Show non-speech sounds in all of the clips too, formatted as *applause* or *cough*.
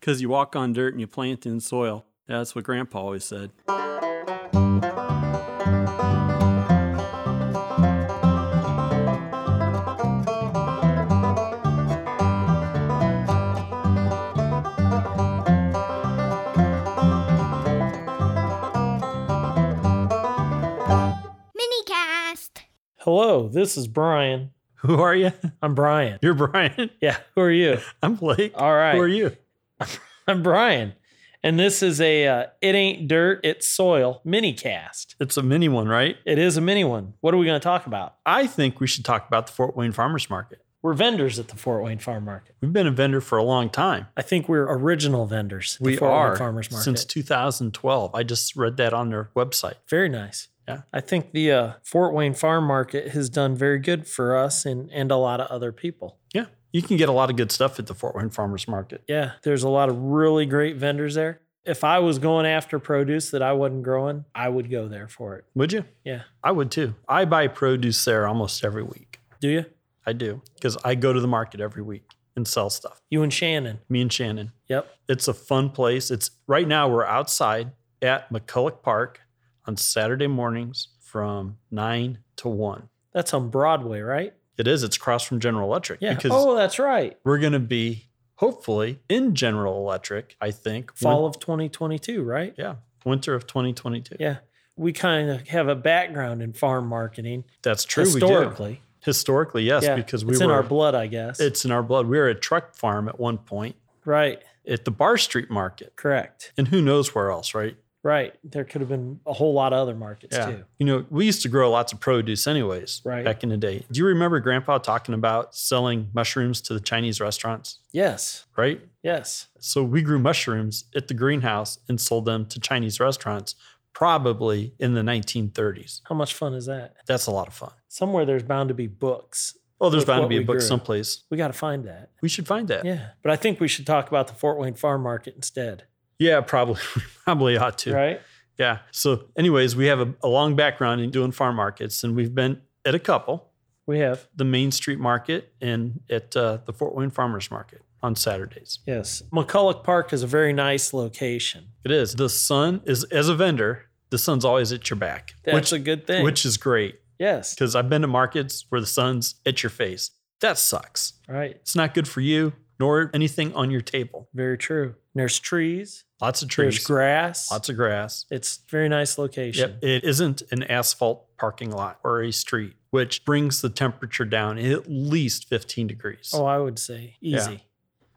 Because you walk on dirt and you plant in soil. That's what Grandpa always said. *laughs* Minicast. Hello, this is Brian. Who are you? *laughs* I'm Brian. You're Brian. *laughs* Yeah, who are you? I'm Blake. All right. Who are you? I'm Brian. And this is a uh, It Ain't Dirt, It's Soil mini cast. It's a mini one, right? It is a mini one. What are we going to talk about? I think we should talk about the Fort Wayne Farmers Market. We're vendors at the Fort Wayne Farm Market. We've been a vendor for a long time. I think we're original vendors at we the Fort are Wayne Farmers Market. since 2012. I just read that on their website. very nice. Yeah. I think the uh, Fort Wayne Farm Market has done very good for us and, and a lot of other people. Yeah, you can get a lot of good stuff at the Fort Wayne Farmers Market. Yeah, there's a lot of really great vendors there. If I was going after produce that I wasn't growing, I would go there for it. Would you? Yeah. I would too. I buy produce there almost every week. Do you? I do because I go to the market every week and sell stuff. You and Shannon. Me and Shannon. Yep. It's a fun place. It's right now we're outside at McCulloch Park on Saturday mornings from nine to one. That's on Broadway, right? It is. It's across from General Electric Yeah. because oh, that's right. we're going to be hopefully in General Electric. I think Fall of 2022, right? Yeah. Winter of 2022. Yeah. We kind of have a background in farm marketing That's true. We do. historically. Historically, yes, yeah. because we it's were in our blood, I guess. it's in our blood. We were a truck farm at one point right. at the Bar Street Market. Correct. And who knows where else, right? Right. There could have been a whole lot of other markets too. You know, we used to grow lots of produce anyways, Right. back in the day. Do you remember grandpa talking about selling mushrooms to the Chinese restaurants, Yes. right? Yes. So we grew mushrooms at the greenhouse and sold them to Chinese restaurants probably in the 1930s. How much fun is that? That's a lot of fun. Somewhere there's bound to be books. Oh, there's With bound to what be a we book grew. someplace. We got to find that. We should find that. Yeah. But I think we should talk about the Fort Wayne Farm Market instead. Yeah, probably *laughs* probably ought to. Right? Yeah. So, anyways, we have a, a long background in doing farm markets, and we've been at a couple, We have. the Main Street Market and at uh, the Fort Wayne Farmers Market on Saturdays. Yes. McCulloch Park is a very nice location. It is the sun is as a vendor, the sun's always at your back, That's which a good thing. which is great yes. because I've been to markets where the sun's at your face. That sucks. Right. It's not good for you nor anything on your table. Very true. And there's trees. Lots of There's trees, grass. lots of grass. it's very nice location. Yep. It isn't an asphalt parking lot or a street, which brings the temperature down at least 15 degrees. Oh, I would say Yeah. easy.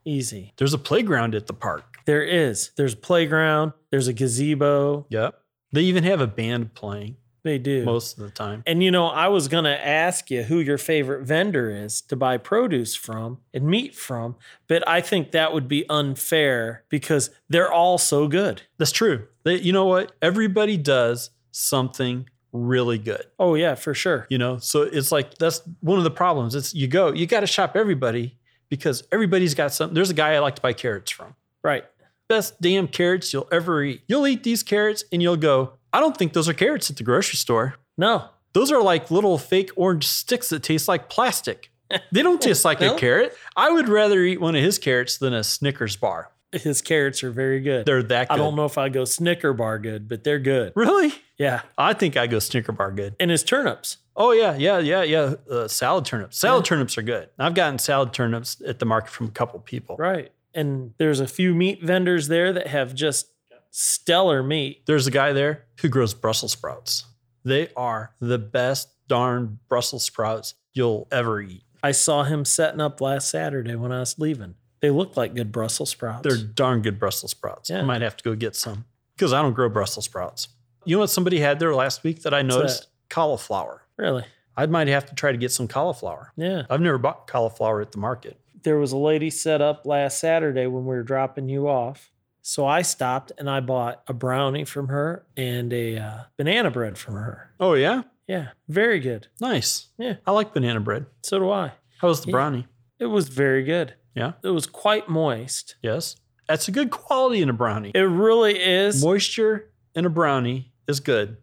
Easy. There's a playground at the park. There is. There's a playground. There's a gazebo. Yep. They even have a band playing They do. most of the time. and you know, I was gonna ask you who your favorite vendor is to buy produce from and meat from, but I think that would be unfair because they're all so good. That's true. They, you know what? Everybody does something really good. Oh yeah, for sure. You know, so it's like that's one of the problems. It's you go, you got to shop everybody because everybody's got something. There's a guy I like to buy carrots from. Right. best damn carrots you'll ever eat. You'll eat these carrots and you'll go, I don't think those are carrots at the grocery store. No. Those are like little fake orange sticks that taste like *laughs* plastic. They don't taste like No? a carrot. I would rather eat one of his carrots than a Snickers bar. His carrots are very good. They're that good. I don't know if I go Snicker bar good, but they're good. Really? Yeah. I think I go Snicker bar good. And his turnips. Oh, yeah, yeah, yeah, yeah. Uh, salad turnips. Salad Yeah. turnips are good. I've gotten salad turnips at the market from a couple people. Right. And there's a few meat vendors there that have just stellar meat. There's a guy there who grows Brussels sprouts. They are the best darn Brussels sprouts you'll ever eat. I saw him setting up last Saturday when I was leaving. They look like good Brussels sprouts. They're darn good Brussels sprouts. I Yeah. might have to go get some because I don't grow Brussels sprouts. You know what somebody had there last week that I that? noticed? Cauliflower. really. I might have to try to get some cauliflower. Yeah. I've never bought cauliflower at the market. There was a lady set up last Saturday when we were dropping you off. So I stopped and I bought a brownie from her and a uh, banana bread from her. Oh, yeah? Yeah. Very good. Nice. Yeah. I like banana bread. So do I. How was the Yeah. brownie? It was very good. Yeah. It was quite moist. Yes. That's a good quality in a brownie. It really is. Moisture in a brownie is good.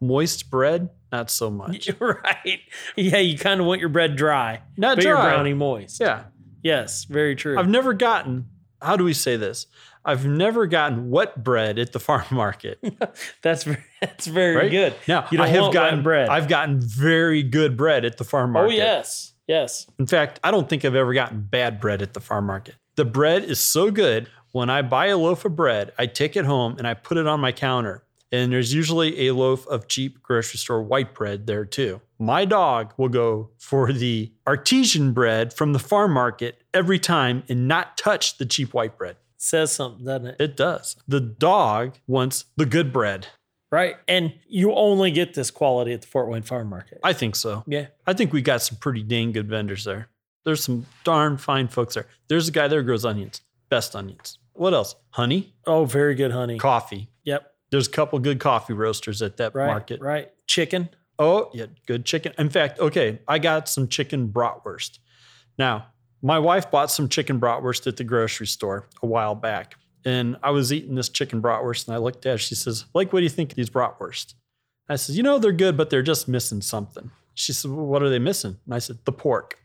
Moist bread, not so *laughs* much. right. Yeah, you kind of want your bread dry, Not but your dry. brownie moist. Yeah. Yes, very true. I've never gotten how do we say this? I've never gotten wet bread at the farm *laughs* market. That's very, *laughs* that's very Right? good. Now You don't I have want wet gotten bread. I've gotten very good bread at the farm market. Oh yes, yes. In fact, I don't think I've ever gotten bad bread at the farm market. The bread is so good. When I buy a loaf of bread, I take it home and I put it on my counter. And there's usually a loaf of cheap grocery store white bread there too. My dog will go for the artesian bread from the farm market every time and not touch the cheap white bread. Says something, doesn't it? It does. The dog wants the good bread. Right. And you only get this quality at the Fort Wayne Farm Market. I think so. yeah. I think we got some pretty dang good vendors there. There's some darn fine folks there. There's a guy there who grows onions, best onions. What else? Honey, Oh, very good honey. coffee. Yep. There's a couple good coffee roasters at that Right. market. Right. Chicken. Oh, yeah, good chicken. In fact, okay, I got some chicken bratwurst. Now, my wife bought some chicken bratwurst at the grocery store a while back, and I was eating this chicken bratwurst, and I looked at her. She says, "Like, what do you think of these bratwurst?" I says, "You know, they're good, but they're just missing something." She said, well, "What are they missing?" And I said, "The pork." *laughs*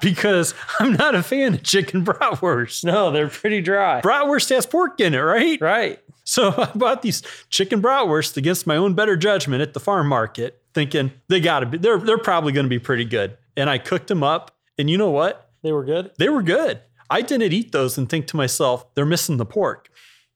because I'm not a fan of chicken bratwurst. No, they're pretty dry. Bratwurst has pork in it, right? Right. So *laughs* I bought these chicken bratwurst against my own better judgment at the farm market, thinking they got to be they're they're probably going to be pretty good. And I cooked them up, and you know what? They were good. They were good. I didn't eat those and think to myself, they're missing the pork.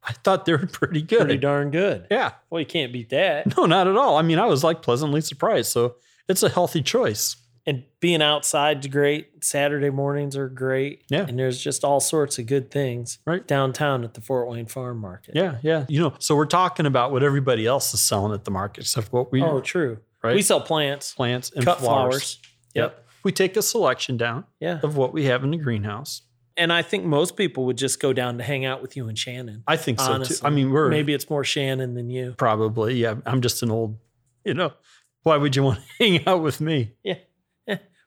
I thought they were *laughs* pretty good. Pretty darn good. yeah. Well, you can't beat that. No, not at all. I mean, I was like pleasantly surprised. So it's a healthy choice. And being outside's great. Saturday mornings are great. Yeah. And there's just all sorts of good things Right. downtown at the Fort Wayne Farm Market. Yeah, yeah. You know, so we're talking about what everybody else is selling at the market, except what we Oh, true. Right. We sell plants, plants and cut flowers. flowers. Yep. We take a selection down Yeah. of what we have in the greenhouse. And I think most people would just go down to hang out with you and Shannon. I think so too. Honestly. I mean, we're Maybe it's more Shannon than you. probably, yeah. I'm just an old, you know, why would you want to *laughs* hang out with me?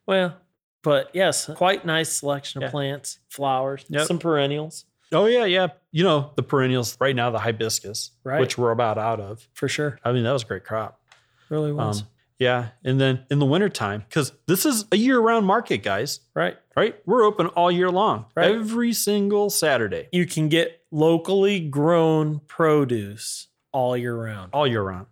Well, but yes, quite nice selection of Yeah. plants, flowers, Yep. some perennials Oh, yeah, yeah. You know, the perennials right now, the hibiscus, Right. which we're about out of. for sure. I mean, that was a great crop. Really Um, was. yeah. And then in the wintertime, because this is a year round market, guys, right. right? We're open all year long, Right. every single Saturday, You can get locally grown produce all year round. all year round.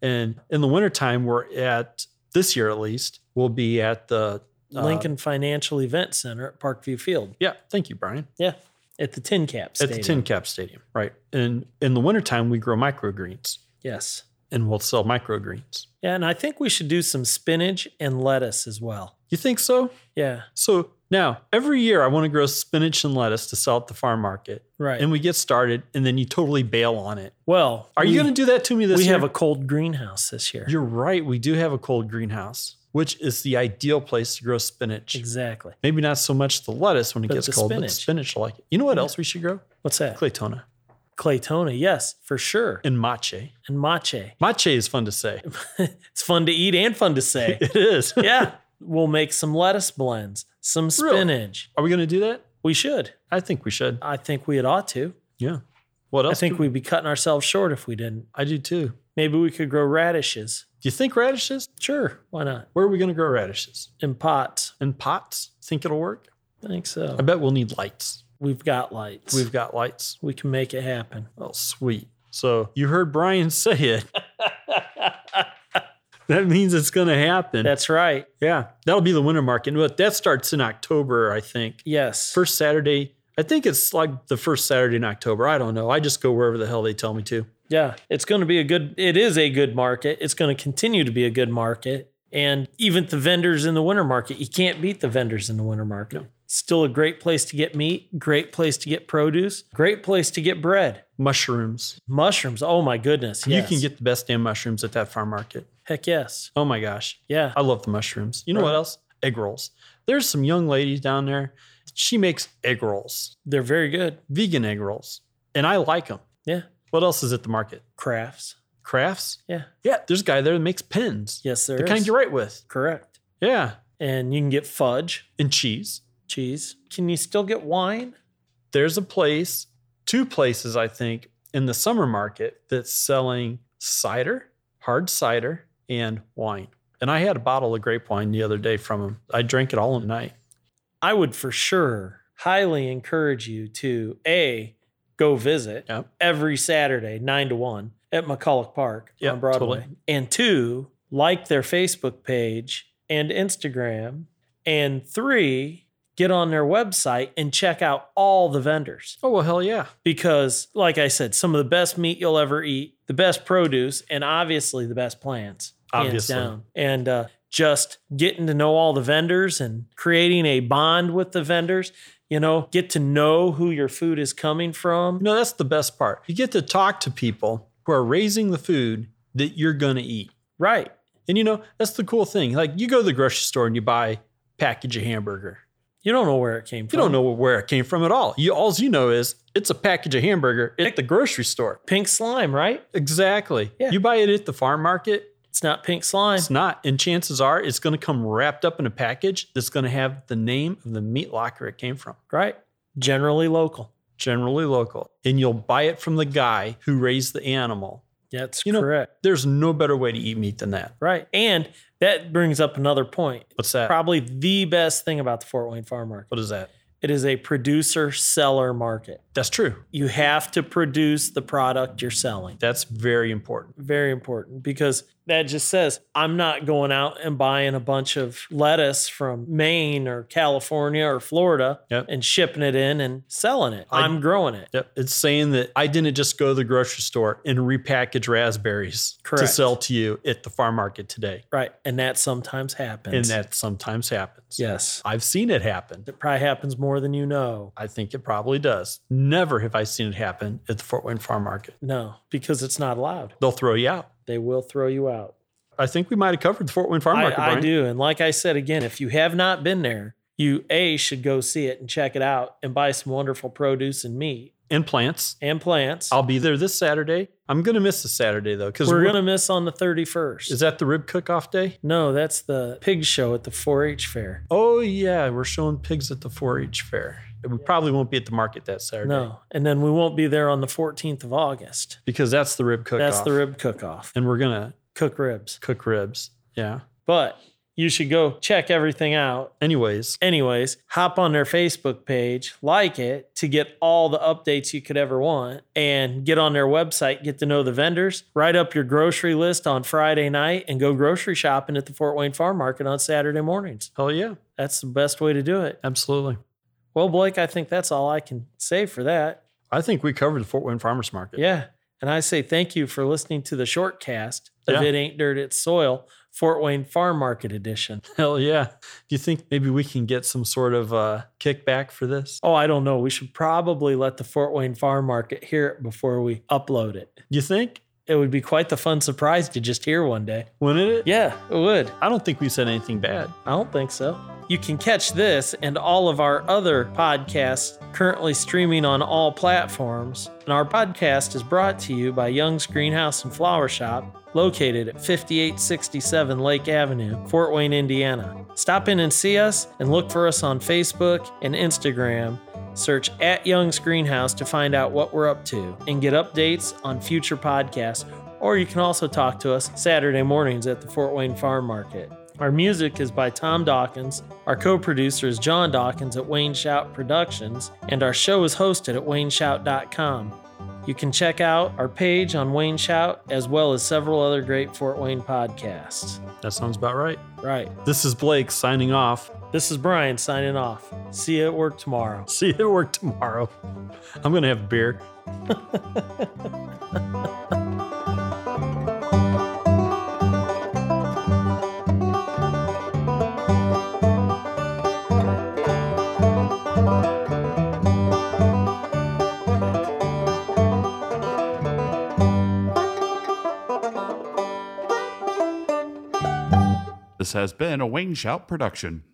And in the wintertime, we're at, this year at least, we'll be at the uh, Lincoln Financial Event Center at Parkview Field. Yeah. Thank you, Brian. Yeah. At the Tin Cap Stadium. At the Tin Cap Stadium, right. And in the wintertime, we grow microgreens Yes. and we'll sell microgreens. Yeah. And I think we should do some spinach and lettuce as well. You think so? Yeah. So now every year I want to grow spinach and lettuce to sell at the farm market. Right. And we get started and then you totally bail on it. well, Are we- you going to do that to me this We year? have a cold greenhouse this year. You're right. We do have a cold greenhouse, which is the ideal place to grow spinach. exactly. Maybe not so much the lettuce when it But gets the cold, but spinach. spinach I like it. You know what else we should grow? What's that? Claytona Claytona. Yes, for sure. and mache. And matcha. Mache is fun to *laughs* say. It's fun to eat and fun *laughs* to say. *laughs* It is. yeah. We'll make some lettuce blends, some Really? spinach. Are we going to do that? We should. I think we should. I think we had ought to. Yeah. What I else? think could- we'd be cutting ourselves short if we didn't. I do too. Do Maybe we could grow radishes. you think radishes? Sure. Why not? Where are we going to grow radishes? In pots. In pots? Think it'll work? I think so. I bet we'll need lights. We've got lights. We've got lights. we can make it happen. Oh, sweet. So you heard Brian *laughs* say *laughs* it. that means it's going to happen. That's right. yeah. That'll be the winter market. But that starts in October, I think. Yes. First Saturday. I think it's like the first Saturday in October. I don't know. I just go wherever the hell they tell me to. Yeah, it's going to be a good. It is a good market. It's going to continue to be a good market, and even the vendors in the winter market, you can't beat the vendors in the winter market. Still a great place to get meat. Great place to get produce. Great place to get bread. Mushrooms. Mushrooms. Oh my goodness! Yes. You can get the best damn mushrooms at that farm market. heck yes. Oh my gosh. Yeah. I love the mushrooms. You know Right. what else? Egg rolls. There's some young ladies down there. She makes egg rolls, They're very good. vegan egg rolls, and I like them. Yeah. What else is at the market? Crafts. Crafts. Yeah. Yeah, there's a guy there that makes pins. Yes, there the kind is. you write with. Correct. Yeah, And you can get fudge, and cheese. cheese. Can you still get wine? There's a place, two places I think, in the summer market that's selling cider, hard cider, and wine. And I had a bottle of grape wine the other day from them. I drank it all in a night. I would for sure highly encourage you to A, go visit Yep. every Saturday, nine to one, at McCulloch Park Yep, on Broadway. totally. And two, like their Facebook page and Instagram. And three, get on their website and check out all the vendors Oh well, hell yeah. because, like I said, some of the best meat you'll ever eat, the best produce, and obviously the best plants. hands Obviously. down. And uh, just getting to know all the vendors and creating a bond with the vendors. You know, get to know who your food is coming from. You know, that's the best part. You get to talk to people who are raising the food that you're going to eat. Right. And you know, that's the cool thing. Like you go to the grocery store and you buy a package of hamburger. You don't know where it came from. You don't know where it came from at all. You all you know is it's a package of hamburger at the grocery store. Pink slime, right? Exactly. Yeah. You buy it at the farm market, It's not pink slime. it's not. And chances are it's going to come wrapped up in a package that's going to have the name of the meat locker it came from. Right. Generally local. Generally local. And you'll buy it from the guy who raised the animal. That's You know- correct. There's no better way to eat meat than that. Right. And that brings up another point. What's that? Probably the best thing about the Fort Wayne Farm Market. What is that? It is a producer seller market. That's true. You have to produce the product you're selling. That's very important. Very important because that just says, I'm not going out and buying a bunch of lettuce from Maine or California or Florida Yep. and shipping it in and selling it. I- I, am growing it. Yep. It's saying that I didn't just go to the grocery store and repackage raspberries to Correct. sell to you at the farm market today. Right. And that sometimes happens. And that sometimes happens. yes. I've seen it happen. It probably happens more than you know. I think it probably does. Never have I seen it happen at the Fort Wayne farm market. No, because it's not allowed. They'll throw you out. They will throw you out. I think we might have covered the Fort Wayne farm market. I, I Brian. do. And like I said again, if you have not been there, you A should go see it and check it out and buy some wonderful produce and meat And plants. and plants. I'll be there this Saturday. I'm going to miss this Saturday though because we're gonna miss on the 31st. Is that the rib cook-off day? no, that's the pig show at the 4-H fair. Oh yeah, we're showing pigs at the 4-H fair. We probably won't be at the market that Saturday No, and then we won't be there on the 14th of August. because that's the rib cook-off. That's the rib cook-off. and we're gonna Cook ribs. cook ribs. Yeah. But you should go check everything out Anyways, anyways, hop on their Facebook page, like it to get all the updates you could ever want, and get on their website, get to know the vendors, write up your grocery list on Friday night, and go grocery shopping at the Fort Wayne Farm Market on Saturday mornings. hell yeah, That's the best way to do it. absolutely. Well, Blake, I think that's all I can say for that. I think we covered the Fort Wayne Farmers Market. Yeah. And I say thank you for listening to the short cast of Yeah. It Ain't Dirt, It's Soil, Fort Wayne Farm Market Edition. Hell yeah. Do you think maybe we can get some sort of uh, kickback for this? Oh, I don't know. We should probably let the Fort Wayne Farm Market hear it before we upload it. You think? It would be quite the fun surprise to just hear one day. Wouldn't it? Yeah, it would. I don't think we said anything bad. I don't think so. You can catch this and all of our other podcasts currently streaming on all platforms. And our podcast is brought to you by Young's Greenhouse and Flower Shop, located at 5867 Lake Avenue, Fort Wayne, Indiana. Stop in and see us and look for us on Facebook and Instagram. Search at Young's Greenhouse to find out what we're up to and get updates on future podcasts. Or you can also talk to us Saturday mornings at the Fort Wayne Farm Market. Our music is by Tom Dawkins. Our co producer is John Dawkins at Wayne Shout Productions. And our show is hosted at wayneshout.com. You can check out our page on Wayne Shout as well as several other great Fort Wayne podcasts. That sounds about right. Right. This is Blake signing off. This is Brian signing off. See you at work tomorrow. See you at work tomorrow. I'm going to have beer. This has been a Wayne Shout production.